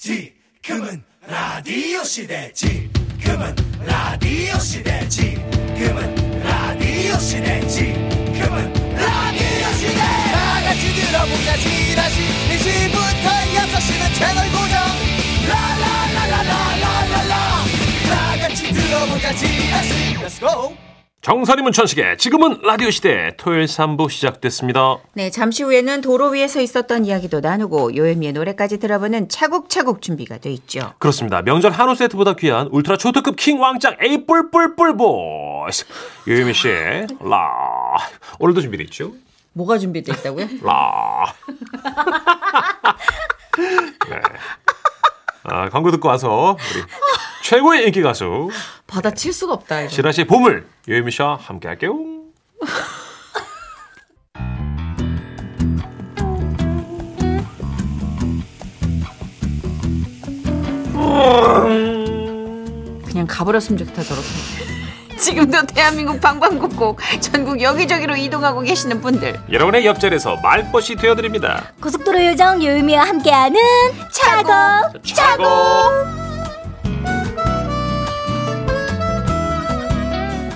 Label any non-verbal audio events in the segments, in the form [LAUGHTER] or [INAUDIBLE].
지금은 라디오 시대 지금은 라디오 시대 지금은 라디오 시대 지금은 라디오 시대 다 같이 들어보자 지라시 1시부터 6시는 채널 고정 라라라라라라라라 다 같이 들어보자 지라시 Let's go 정선이문 천식의 지금은 라디오 시대 토요일 3부 시작됐습니다. 네, 잠시 후에는 도로 위에서 있었던 이야기도 나누고 요현미의 노래까지 들어보는 차곡차곡 준비가 돼 있죠. 그렇습니다. 명절 한우 세트보다 귀한 울트라 초특급 킹 왕짱 에이 뿔뿔뿔 보스 유유미 씨, 라 오늘도 준비돼 있죠? 뭐가 준비돼 있다고요? 라. [LAUGHS] 네. 아, 광고 듣고 와서 우리 최고의 인기 가수 [LAUGHS] 받아칠 수가 없다. 이거. 지라시 보물 유유미 씨와 함께할게요. 그냥 가버렸으면 좋겠다 저렇게. [LAUGHS] 지금도 대한민국 방방곡곡 전국 여기저기로 이동하고 계시는 분들 여러분의 옆자리에서 말벗이 되어드립니다. 고속도로 요정 요유미와 함께하는 차고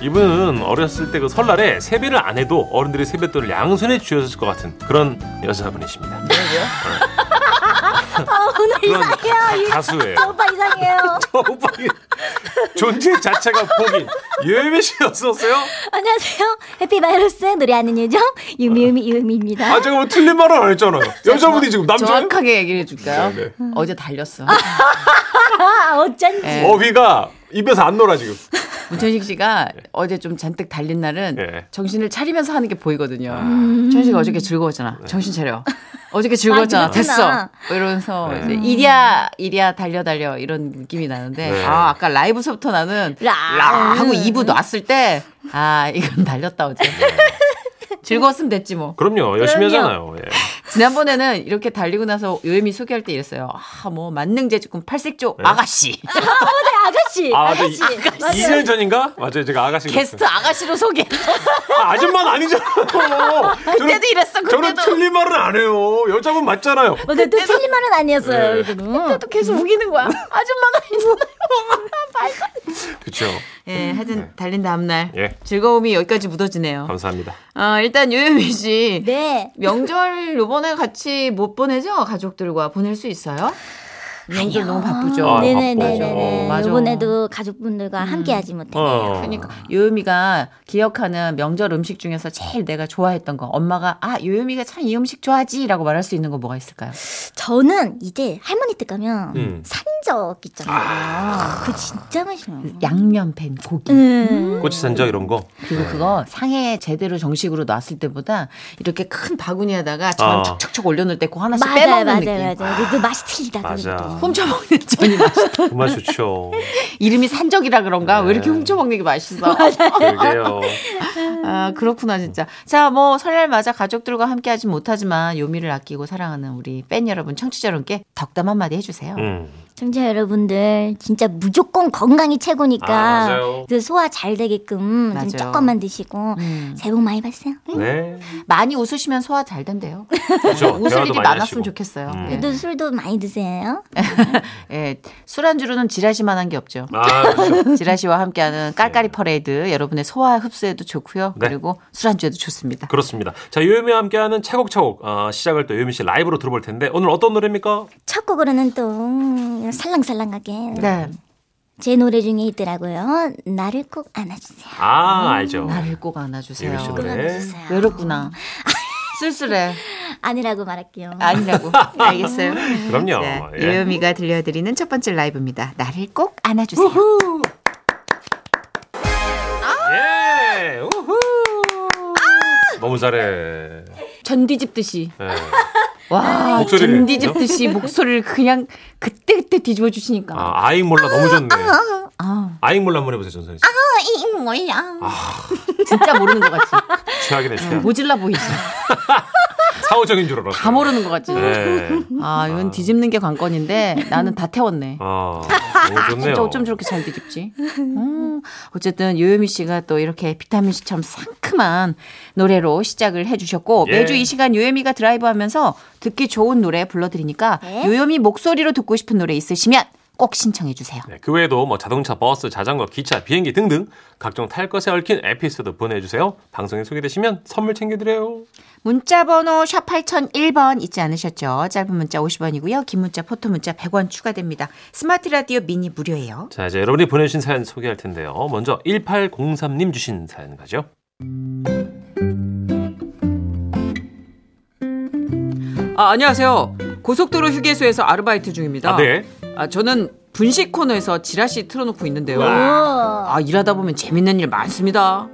이분은 어렸을 때 그 설날에 세배를 안 해도 어른들이 세뱃돈을 양손에 쥐었을 것 같은 그런 여자분이십니다. 어, 오늘 그런 네, 이상해요. 이- 가수예요. 저 오빠 이상해요. 오빠의 존재 자체가 복인 예미 씨였었어요? 안녕하세요. 해피바이러스 노래하는 요정 유미유미 유미입니다. 아 제가 뭐 틀린 말을 안 했잖아요. 여자분이 지금 남자예요? 정확하게 얘기를 해줄까요? 음. 네, 네. 어제 달렸어. 아, 어쩐지. 예. 네. 어휘가 입에서 안 놀아 지금. 문천식 씨가 어제 좀 잔뜩 달린 날은 예. 정신을 차리면서 하는 게 보이거든요. 음. 천식이 어저께 즐거웠잖아. 정신 차려. 어저께 즐거웠잖아. 음. 아, 됐어. 그렇구나. 음. 뭐 이러면서 이제 이리야 이리야 달려 달려 이런 느낌이 나는데 네. 아 아까 라이브서부터 나는 라. 라 하고 2부 놨을 때 아 이건 달렸다 어제. 즐거웠으면 됐지 뭐. 그럼요 열심히 하잖아요. 예. 지난번에는 이렇게 달리고 나서 요예미 소개할 때 이랬어요. 아 뭐 만능제 주군 팔색조 아가씨 네, 아가씨. 아, 맞아. 아가씨. 맞아요. 2년 전인가? 맞아요. 제가 아가씨. 게스트 아가씨로 소개. 아, 아줌마는 [LAUGHS] 아니잖아요. 저는, 그때도 이랬어. 저는 그때도. 틀린 말은 안 해요. 여자분 맞잖아요. 근데 또 틀린 말은 아니었어요. 네. 이거는. 또 계속 우기는 거야. 아줌마가 있어요. 그렇죠. 예, 하여튼 달린 다음날 예. 즐거움이 여기까지 묻어지네요. 감사합니다. 아, 일단 유유미 씨. 네. 명절 요번에 같이 못 보내죠? 가족들과 보낼 수 있어요? 명절 너무 바쁘죠. 어, 아, 네네네네. 맞아. 이번에도 가족분들과 함께하지 못해요. 어. 그러니까 요요미가 기억하는 명절 음식 중에서 제일 내가 좋아했던 거 엄마가 아 요요미가 참 이 음식 좋아하지라고 말할 수 있는 거 뭐가 있을까요? 저는 이제 할머니 댁 가면 음. 산적 있잖아요. 그거 진짜 맛있어요. 음. 양면팬 고기 음. 꼬치산적 이런 거. 그리고 그거 상에 제대로 정식으로 놨을 때보다 이렇게 큰 바구니에다가 저랑 아. 척척척 올려놓을 때 그거 하나씩 맞아요, 빼먹는 맞아요, 느낌. 맞아요. 근데 그 맛이 틀리다. 맞아. 그것도. 훔쳐먹는 [LAUGHS] 전이 맛있다. 그 맛 좋죠. 이름이 산적이라 그런가? 왜 네. 이렇게 훔쳐먹는 게 [LAUGHS] 맛있어? 그러게요. 아, 그렇구나, 진짜. 자, 뭐, 설날 맞아 가족들과 함께 하진 못하지만 요미를 아끼고 사랑하는 우리 팬 여러분, 청취자 여러분께 덕담 한마디 해주세요. 음. 청취자 여러분들 진짜 무조건 건강이 아, 최고니까 맞아요. 그 소화 잘 되게끔 맞아요. 음. 좀 조금만 드시고 새해 복 많이 받으세요. 네. 많이 웃으시면 소화 잘 된대요. 그렇죠. 웃을 대화도 일이 많이 많았으면 하시고. 좋겠어요. 음. 예. 그래도 술도 많이 드세요. 예, 술안주로는 지라시만 한 게 없죠. 아, 그렇죠. 지라시와 함께하는 깔깔이 퍼레이드 여러분의 소화 흡수에도 좋고요. 네. 그리고 술안주에도 좋습니다. 그렇습니다. 자, 요요미와 함께하는 차곡차곡 어, 시작을 또 요요미 씨 라이브로 들어볼 텐데 오늘 어떤 노래입니까? 첫 곡으로는 또 음, 살랑살랑하게 네. 제 노래 중에 있더라고요. 나를 꼭 안아주세요. 아, 알죠. 나를 꼭 요요미 씨 안아주세요. 노래. 안아주세요. 외롭구나. 쓸쓸해. 아니라고 말할게요. [LAUGHS] 아니라고. 알겠어요. 그럼요. 네, 예. 유유미가 들려드리는 첫 번째 라이브입니다. 나를 꼭 안아주세요. 예! 우후! 너무 잘해. 전 뒤집듯이. 예. 와, 네. 목소리를, 전 뒤집듯이 목소리를 그냥 그때그때 뒤집어 주시니까. 아, 아, 아잉 몰라 너무 좋네. 아잉 몰라 한번 해보세요, 전선희 씨. 이 뭐야? 진짜 모르는 것 같이. [LAUGHS] 최악이네, 최악. 모질라 보이지. 사후적인 줄 알았어요. 다 모르는 것 같지. 네. 아, 이건 뒤집는 게 관건인데 나는 다 태웠네. 아, 오, 좋네요. 진짜 어쩜 저렇게 잘 뒤집지? 음, 어쨌든 요요미 씨가 또 이렇게 비타민 C처럼 상큼한 노래로 시작을 해주셨고 예. 매주 이 시간 요요미가 드라이브하면서 듣기 좋은 노래 불러드리니까 네. 요요미 목소리로 듣고 싶은 노래 있으시면 꼭 신청해 주세요. 네, 그 외에도 뭐 자동차, 버스, 자전거, 기차, 비행기 등등 각종 탈 것에 얽힌 에피소드 보내주세요. 방송에 소개되시면 선물 챙겨드려요. 문자번호 샵 8001번 잊지 않으셨죠? 짧은 문자 50원이고요. 긴 문자 포토 문자 100원 추가됩니다. 스마트 라디오 미니 무료예요. 자, 이제 여러분이 보내주신 사연 소개할 텐데요. 먼저 1803님 주신 사연 가죠. 아, 안녕하세요. 고속도로 휴게소에서 아르바이트 중입니다. 아, 네. 아, 저는 분식 코너에서 지라시 틀어놓고 있는데요. 오. 아, 일하다 보면 재밌는 일 많습니다.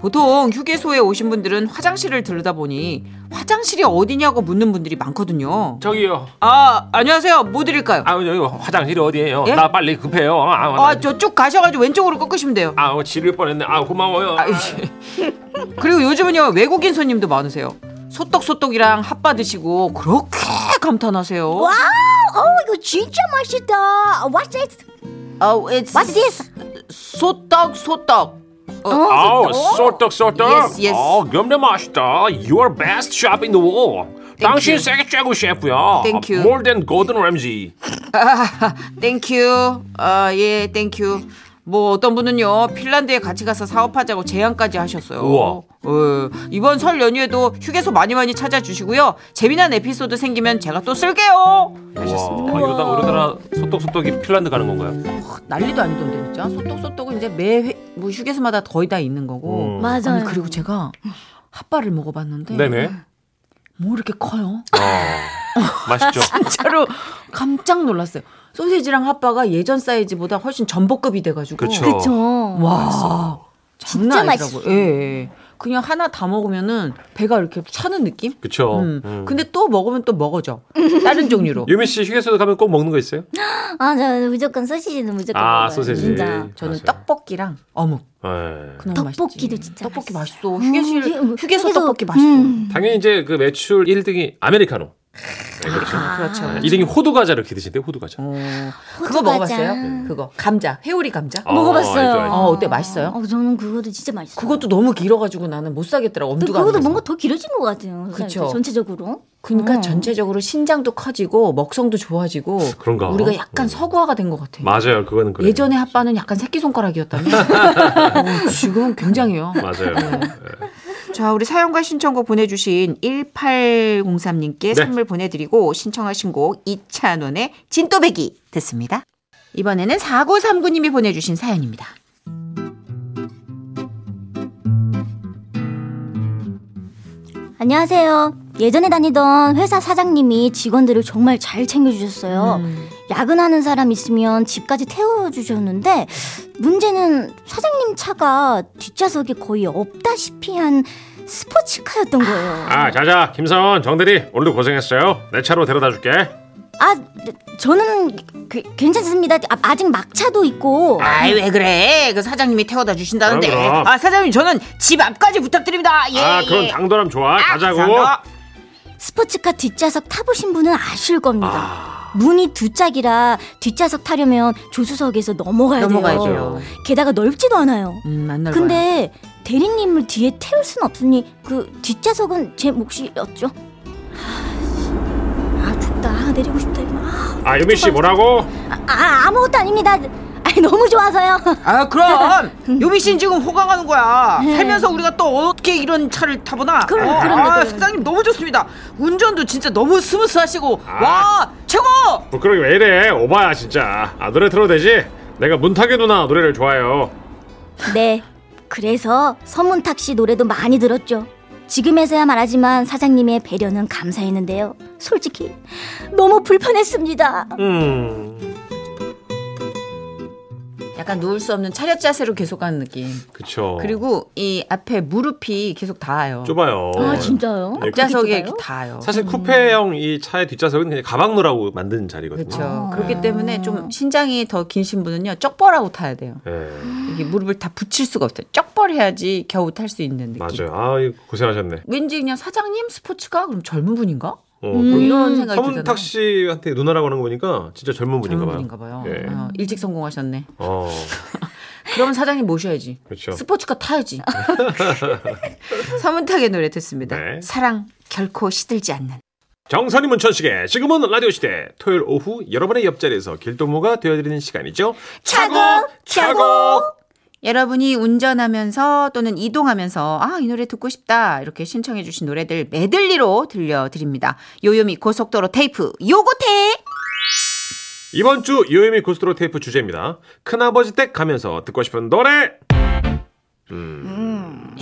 보통 휴게소에 오신 분들은 화장실을 들르다 보니 화장실이 어디냐고 묻는 분들이 많거든요. 저기요. 아, 안녕하세요. 뭐 드릴까요? 아, 여기 화장실이 어디예요? 예? 나 빨리 급해요. 아, 아, 아, 저 쭉 가셔가지고 왼쪽으로 꺾으시면 돼요. 아, 지를 뻔했네. 아, 고마워요. 아, 예. 그리고 요즘은요 외국인 손님도 많으세요. 소떡소떡이랑 핫바 드시고 그렇게 감탄하세요. 와우, 어 이거 진짜 맛있다. What's this? Oh, it's What's this? 소떡 소떡. 어, 아우, 쏠떡 쏠떡. Yes, yes. 아, 염려 맛있다. Your best shop in the world. 당신 you. 세계 최고 셰프야. Thank you. More than Gordon Ramsay. 땡큐. 아, 예, 땡큐. 뭐 어떤 분은요 핀란드에 같이 가서 사업하자고 제안까지 하셨어요. 우와. 예. 어, 이번 설 연휴에도 휴게소 많이 많이 찾아주시고요. 재미난 에피소드 생기면 제가 또 쓸게요. 어, 와, 아, 이러다 우리나라 소떡소떡이 핀란드 가는 건가요? 난리도 아니던데 진짜. 소떡소떡은 이제 매 회, 뭐 휴게소마다 거의 다 있는 거고. 맞아요. 아니 그리고 제가 핫바를 음. 먹어봤는데 네네. 뭐 이렇게 커요? [LAUGHS] 어, 맛있죠. 진짜로 깜짝 놀랐어요. 소시지랑 핫바가 예전 사이즈보다 훨씬 전복급이 돼가지고. 그쵸. 그쵸. 와. 진짜 장난 아니더라고요. 맛있어. 예, 예. 그냥 하나 다 먹으면은 배가 이렇게 차는 느낌? 그쵸. 음. 음. 근데 또 먹으면 또 먹어져. 다른 [LAUGHS] 종류로. 유미 씨 휴게소에 가면 꼭 먹는 거 있어요? 음. 아, 저 무조건 소시지는 무조건. 아, 먹어요, 소세지. 진짜. 저는 예. 맞아요. 떡볶이랑 어묵. 예. 그나마 떡볶이도 맛있지. 진짜 떡볶이 맛있어요. 맛있어. 휴게실 음, 휴- 휴게소 휴게소- 떡볶이 맛있어. 음. 당연히 이제 그 매출 1등이 아메리카노. 네, 그렇죠. 그렇죠. 네, 2등이 호두 과자를 이렇게 드신대 호두 과자. 어, 호두 그거 과자. 음. 먹어봤어요? 그거 감자 회오리 감자. 아, 먹어봤어요. 알죠, 알죠. 어, 어때? 맛있어요? 어, 저는 그것도 진짜 맛있어요. 그것도 너무 길어가지고 나는 못 사겠더라고 근데 엄두가 안 그것도 나서. 뭔가 더 길어진 것 같아요. 그쵸. 전체적으로. 그러니까 어. 전체적으로 신장도 커지고 먹성도 좋아지고 그런가? 우리가 약간 음. 서구화가 된 것 같아. 요 맞아요. 그거는 그래요. 예전에 핫바는 약간 새끼손가락이었다면 [LAUGHS] 어, 지금은 굉장해요. 맞아요. 음. 예. 자, 우리 사연과 신청곡 보내주신 1803님께 선물 보내드리고 신청하신 곡 이찬원의 진또배기 듣습니다. 이번에는 4939님이 보내주신 사연입니다. 안녕하세요. 예전에 다니던 회사 사장님이 직원들을 정말 잘 챙겨주셨어요. 음. 야근하는 사람 있으면 집까지 태워주셨는데 문제는 사장님 차가 뒷좌석이 거의 없다시피 한 스포츠카였던 거예요. 아 자자 김사원 정대리 오늘도 고생했어요. 내 차로 데려다 줄게. 아, 네, 저는 그- 괜찮습니다. 아, 직 막차도 있고. 아이, 왜 그래? 그 사장님이 태워다 주신다는데. 그럼, 그럼. 아, 사장님, 저는 집 앞까지 부탁드립니다. 예. 아 그런 예. 당돌함 좋아. 가자고. 감사합니다. 스포츠카 뒷좌석 타보신 분은 아실 겁니다. 문이 두 짝이라 뒷좌석 타려면 조수석에서 넘어가야 돼요. 넘어가야죠. 게다가 넓지도 않아요. 음, 안 넓어요. 근데 대리님을 뒤에 태울 순 없으니 그 뒷좌석은 제 몫이었죠. 아, 아, 춥다. 아, 내리고 싶다. 이거. 아, 아 유미 어, 씨 뭐라고? 아, 아, 아무것도 아닙니다. 아니, 너무 좋아서요. [LAUGHS] 아 그럼 [LAUGHS] 요미 씨는 지금 호강하는 거야. 네. 살면서 우리가 또 어떻게 이런 차를 타보나. 그럼, 어, 그럼요, 아 그럼요. 사장님 너무 좋습니다. 운전도 진짜 너무 스무스하시고 아. 와 최고. 부끄러기 왜 이래? 오바야 진짜. 아 노래 틀어도 되지? 내가 문탁의 누나 노래를 좋아해요. 네. 그래서 서문탁 씨 노래도 많이 들었죠. 지금에서야 말하지만 사장님의 배려는 감사했는데요. 솔직히 아, 너무 불편했습니다. 음. 약간 누울 수 없는 차렷 자세로 계속 가는 느낌. 그쵸. 그리고 이 앞에 무릎이 계속 닿아요. 어. 좁아요. 아 진짜요? 예, 앞좌석에 그렇게 이렇게 닿아요. 사실 쿠페형 이 차의 뒷좌석은 그냥 가방 넣으라고 만든 자리거든요. 그렇죠. 아. 그렇기 때문에 좀 신장이 더 긴신 분은요 쩍벌하고 타야 돼요. 예, 이게 무릎을 다 붙일 수가 없어요. 쩍벌해야지 겨우 탈 수 있는 느낌. 맞아요. 아, 이거 고생하셨네. 왠지 그냥 사장님 스포츠가 그럼 젊은 분인가? 어, 음. 뭐 이런 그 생각이 서문탁 씨한테 누나라고 하는 거 보니까 진짜 젊은 분인가 젊은 봐요. 분인가 봐요. 예. 어, 일찍 성공하셨네. 어, 그러면 사장님 모셔야지. 그렇죠. 스포츠카 타야지. [LAUGHS] 서문탁의 노래 듣습니다. 네. 사랑 결코 시들지 않는. 정선이 문천식의 지금은 라디오 시대 토요일 오후 여러분의 옆자리에서 길동무가 되어드리는 시간이죠. 차곡 차곡. 여러분이 운전하면서 또는 이동하면서 아, 이 노래 듣고 싶다. 이렇게 신청해 주신 노래들 메들리로 들려드립니다. 요요미 고속도로 테이프 요고테 이번 주 요요미 고스트로 테이프 주제입니다. 큰아버지 댁 가면서 듣고 싶은 노래.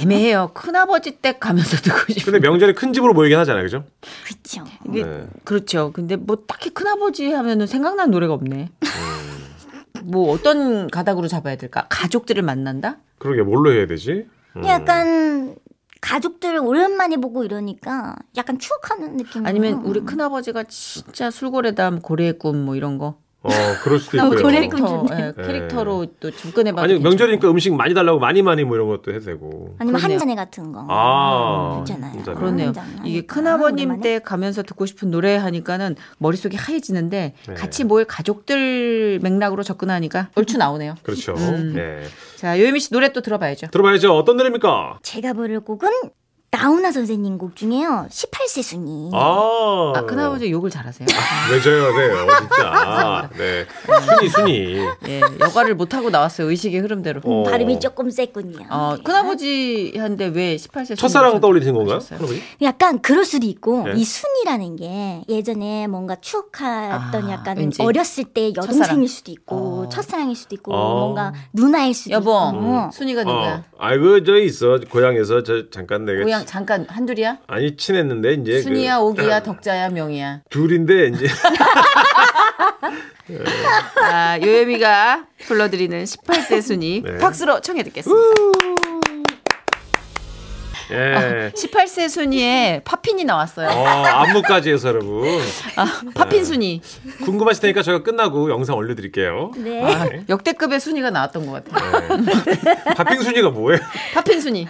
애매해요. 큰아버지 댁 가면서 [LAUGHS] 듣고 싶은 근데 명절에 큰 집으로 모이긴 하잖아요, 그죠? 그쵸. 이게 네. 그렇죠. 근데 뭐 딱히 큰아버지 하면은 생각난 노래가 없네. 음. 뭐 어떤 가닥으로 잡아야 될까? 가족들을 만난다? 그러게 뭘로 해야 되지? 음. 약간 가족들 오랜만에 보고 이러니까 약간 추억하는 느낌. 아니면 우리 큰아버지가 진짜 술고래담 고래의 꿈 뭐 이런 거 어, 그럴 수도 있고요. 아, 고래의 꿈. 캐릭터, 좋네. 예, 캐릭터로 또 접근해봐도 아니 괜찮고. 명절이니까 음식 많이 달라고 많이 많이 뭐 이런 것도 해도 되고. 아니면 그러네요. 한 잔에 같은 거. 아, 있잖아요. 진짜요? 그렇네요. 명절이니까. 이게 큰아버님 오랜만에. 때 가면서 듣고 싶은 노래 하니까는 머릿속이 하얘지는데 네. 같이 모일 가족들 맥락으로 접근하니까 얼추 나오네요. 그렇죠. 예. 자, 요요미 씨 노래 또 들어봐야죠. 들어봐야죠. 어떤 노래입니까? 제가 부를 곡은 나훈아 선생님 곡 중에요. 18세 순이. 아, 아, 큰아버지 욕을 잘하세요. 왜 저요, 네, 어, 진짜. 네, 순이 순이. 예, 여가를 못하고 나왔어요. 의식의 흐름대로. 어. 발음이 조금 셌군요. 어, 큰아버지 한데 왜 18세 첫사랑 떠올리신 건가요? 하셨어요? 약간 그럴 수도 있고 네. 이 순이라는 게 예전에 뭔가 추억했던 아, 약간 왠지. 어렸을 때 첫사랑. 여동생일 수도 있고 어. 첫사랑일 수도 있고 어. 뭔가 누나일 수도 여보, 있고 뭐. 순이가 어, 누구야? 아이고 저 있어 고향에서 저 잠깐 내가 그러니까. 고향 잠깐 한둘이야? 아니 친했는데 이제 예, 그 순이야, 오기야, 덕자야, 명이야. 둘인데 이제 아, 요예미가 불러드리는 18세 순이 네. 박수로 청해 듣겠습니다. 예. 18세 순이에 파핀이 나왔어요. 어, 네. 안무까지 해서 여러분 아, 파핀 순이. 궁금하실 테니까 저희가 끝나고 영상 올려드릴게요. 네. 아, 역대급의 순이가 나왔던 것 같아요. 네. 팥빙 순이가 뭐예요? 파핀 순이.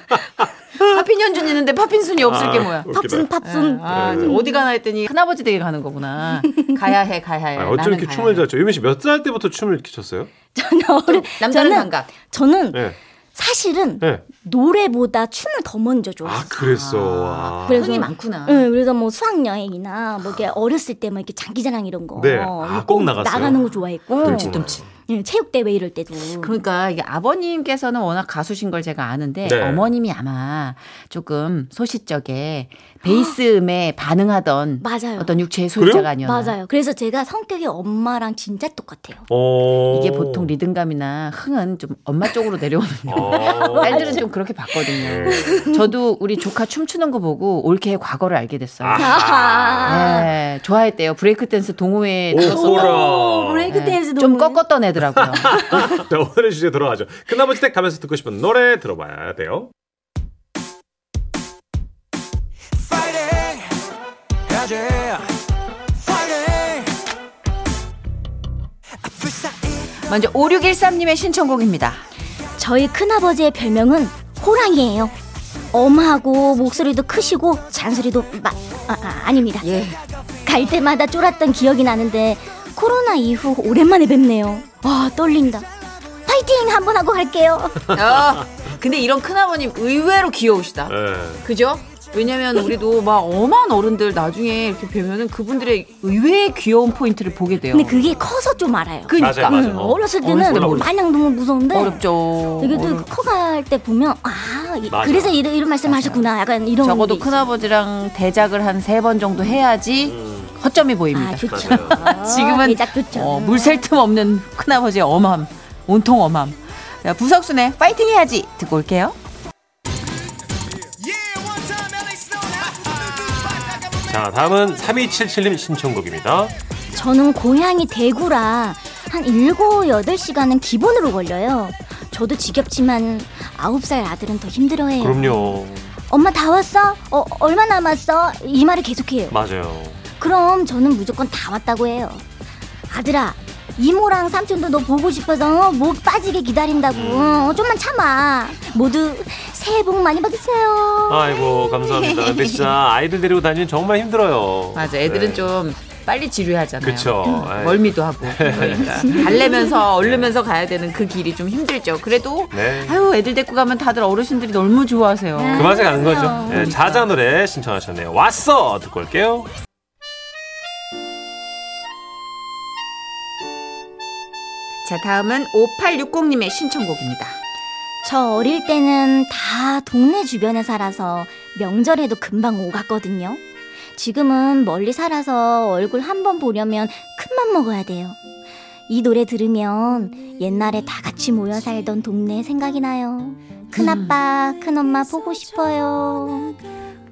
파핀 현준 있는데 파핀 순이 없을 아, 게 뭐야. 웃기다. 팝순 팝순. 아, 네. 저 어디 가나 했더니 큰아버지 댁에 가는 거구나. 가야 해, 가야 해. 아, 어쩜 나는 이렇게 가야 춤을 해. 잘 춰? 유민 씨 몇 살 때부터 춤을 이렇게 췄어요? 저는 어릴- 남다른 저는- 감각. 저는 네. 사실은 네. 노래보다 춤을 더 먼저 아 좋아했어요. 그랬어. 와. 그래서 흥이 많구나. 응, 그래서 뭐 수학 여행이나 뭐 이렇게 어렸을 때 뭐 이렇게 장기자랑 이런 거. 아. 네. 아, 꼭 나갔어요? 네. 나가는 거 좋아했고. 둠칫둠칫. 예, 체육대회 이럴 때도. 그러니까 이게 아버님께서는 워낙 가수신 걸 제가 아는데 네. 어머님이 아마 조금 소시적에 베이스 음에 반응하던 맞아요. 어떤 육체의 소유자가 아니었나. 맞아요. 그래서 제가 성격이 엄마랑 진짜 똑같아요. 어. 이게 보통 리듬감이나 흥은 좀 엄마 쪽으로 내려오는데 어. [LAUGHS] 딸들은 좀 그렇게 봤거든요. 저도 우리 조카 춤추는 거 보고 올케의 과거를 알게 됐어요. 아하. 네, 좋아했대요. 브레이크 댄스 동호회 어, 네. 오, 오호라. 브레이크 댄스 좀 너무- 꺾었던 애더라고요. 자, 오늘의 주제 돌아가죠. 큰아버지 댁 가면서 듣고 싶은 노래 들어봐야 돼요. 파이팅 해야지 파이팅 아플 사이 먼저 5613님의 신청곡입니다. 저희 큰아버지의 별명은 호랑이에요. 엄하고 목소리도 크시고 잔소리도 마, 아, 아, 아닙니다. 예. 갈 때마다 쫄았던 기억이 나는데 코로나 이후 오랜만에 뵙네요. 와 떨린다. 파이팅 한번 하고 갈게요. 아, 근데 이런 큰아버님 의외로 귀여우시다. 예. 그죠? 왜냐면 우리도 막 엄한 어른들 나중에 이렇게 뵈면은 그분들의 의외의 귀여운 포인트를 보게 돼요. 근데 그게 커서 좀 알아요. 그러니까 맞아요, 맞아요. 응, 어렸을 어렸을 때는 때 몰라. 마냥 너무 무서운데 어렵죠. 이게 또 어렵- 커갈 때 보면 아 이- 맞아. 그래서 이런, 이런 말씀하셨구나. 약간 음. 이런 적어도 게 있어요. 큰아버지랑 대작을 한 세 번 정도 해야지 음. 허점이 보입니다. 아 좋죠. 지금은 대작 좋죠. 어, 음. 물샐 틈 없는 큰아버지의 엄함, 온통 엄함. 자, 부석순의 파이팅 해야지 듣고 올게요. 자, 다음은 3277님 신청곡입니다. 저는 고향이 대구라 한 7, 8시간은 기본으로 걸려요. 저도 지겹지만 9살 아들은 더 힘들어해요. 그럼요. 엄마 다 왔어? 어, 얼마 남았어? 이 말을 계속해요. 맞아요. 그럼 저는 무조건 다 왔다고 해요. 아들아, 이모랑 삼촌도 너 보고 싶어서 어, 목 빠지게 기다린다고. 어, 좀만 참아. 모두 새해 복 많이 받으세요. 아이고 감사합니다. 근데 진짜 아이들 데리고 다니면 정말 힘들어요. 맞아. 애들은 네. 좀 빨리 지루해하잖아요. 그쵸. 네. 아이. 멀미도 하고 그러니까 달래면서 얼르면서 가야 되는 그 길이 좀 힘들죠. 그래도 네. 아유 애들 데리고 가면 다들 어르신들이 너무 좋아하세요. 네. 그 맛에 가는 거죠. 음. 맞아요. 네, 자자 노래 신청하셨네요. 왔어 듣고 올게요. 자 다음은 5860님의 신청곡입니다. 저 어릴 때는 다 동네 주변에 살아서 명절에도 금방 오갔거든요. 지금은 멀리 살아서 얼굴 한 번 보려면 큰맘 먹어야 돼요. 이 노래 들으면 옛날에 다 같이 모여 살던 동네 생각이 나요. 음. 큰아빠, 큰엄마 보고 싶어요.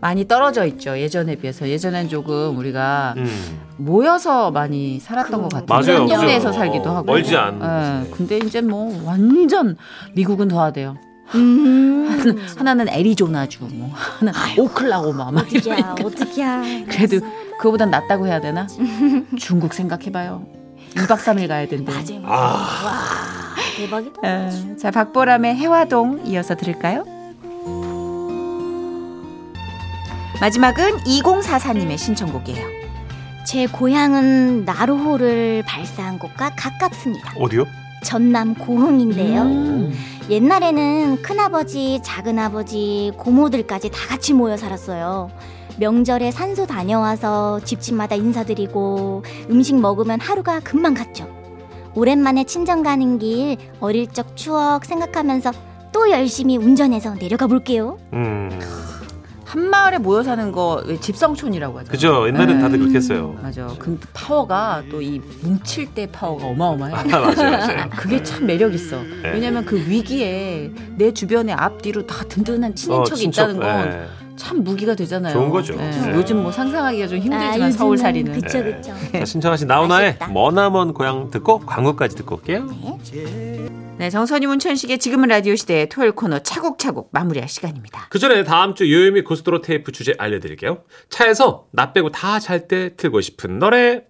많이 떨어져 있죠. 예전에 비해서 예전엔 조금 우리가 음. 모여서 많이 살았던 것 같아요. 맞아요. 한 동네에서 그죠. 살기도 어, 하고 멀지 않은 예, 곳에. 근데 이제 뭐 완전 미국은 더하대요. 음, 하나는 애리조나주, 뭐 하나 오클라호마 막 이런. 야, 어떡해. 그래도 그거보단 낫다고 해야 [LAUGHS] 되나? 중국 생각해봐요. 2박 3일 가야 된대. 맞아요. 아. 와, 대박이다. 어, 자 박보람의 해화동 이어서 들을까요? 마지막은 2044님의 신청곡이에요. 제 고향은 나로호를 발사한 곳과 가깝습니다. 어디요? 전남 고흥인데요. 음. 옛날에는 큰아버지, 작은아버지, 고모들까지 다 같이 모여 살았어요. 명절에 산소 다녀와서 집집마다 인사드리고 음식 먹으면 하루가 금방 갔죠. 오랜만에 친정 가는 길 어릴 적 추억 생각하면서 또 열심히 운전해서 내려가 볼게요. 음. 한 마을에 모여 사는 거왜 집성촌이라고 하죠. 그죠. 옛날엔 다들 음. 그렇게 했어요. 맞아. 그 파워가 또 이 뭉칠 때 파워가 어마어마해요. [LAUGHS] 맞아요, 맞아요. 그게 참 매력 있어. 음. 네. 왜냐면 그 위기에 내 주변에 앞뒤로 다 든든한 어, 친인척이 있다는 건 참 네. 무기가 되잖아요. 좋은 거죠. 예, 네. 요즘 뭐 상상하기가 좀 아, 힘들지만 아, 요즘은 서울 살이는 네. 그쵸 그쵸. 자, 신청하신 나훈아의 맛있다. 머나먼 고향 듣고 광고까지 듣고 올게요. 네, 정선이 문천식의 지금은 라디오 시대의 토요일 코너 차곡차곡 마무리할 시간입니다. 그 전에 다음 주 요요미 고스도로 테이프 주제 알려드릴게요. 차에서 나 빼고 다 잘 때 틀고 싶은 노래.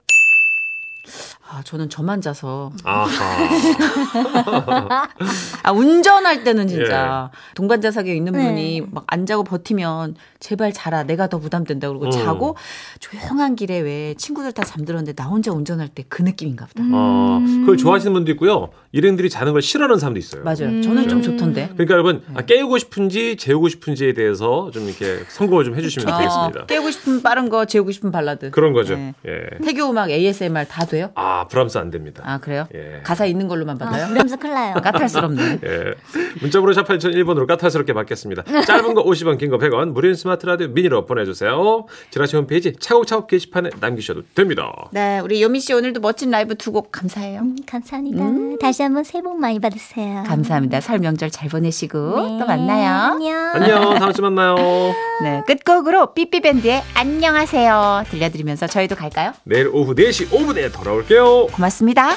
아, 저는 저만 자서 [LAUGHS] 아하. 아 운전할 때는 진짜 동반자석에 있는 네. 분이 막 안 자고 버티면 제발 자라 내가 더 부담된다 그러고 음. 자고 조용한 길에 왜 친구들 다 잠들었는데 나 혼자 운전할 때 그 느낌인가 보다. 어, 그걸 좋아하시는 분도 있고요. 일행들이 자는 걸 싫어하는 사람도 있어요. 맞아요. 음. 네. 저는 좀 좋던데. 그러니까 여러분 아, 깨우고 싶은지 재우고 싶은지에 대해서 좀 이렇게 선곡을 좀 해주시면 어, 되겠습니다. 깨우고 싶은 빠른 거, 재우고 싶은 발라드. 그런 거죠. 네. 예. 태교 음악 ASMR 다 돼요? 아 브람스 안 됩니다. 아 그래요? 예. 가사 있는 걸로만 아, 받아요? [LAUGHS] 그러면서 큰일 나요. 까탈스럽네. 예. 문자번호 샵 8001번으로 까탈스럽게 받겠습니다. 짧은 거 50원, 긴 거 100원, 무료인 스마트 라디오 미니로 보내주세요. 지라시 홈페이지 차곡차곡 게시판에 남기셔도 됩니다. 네, 우리 요미 씨 오늘도 멋진 라이브 두 곡 감사해요. 음, 감사합니다. 다시 한번 새해 복 많이 받으세요. 감사합니다. 설 명절 잘 보내시고 네, 또 만나요. 안녕. 안녕, 다음 주 만나요. 네, 끝곡으로 삐삐밴드의 안녕하세요 들려드리면서 저희도 갈까요? 내일 오후 4시 5분에 돌아올게요. 고맙습니다.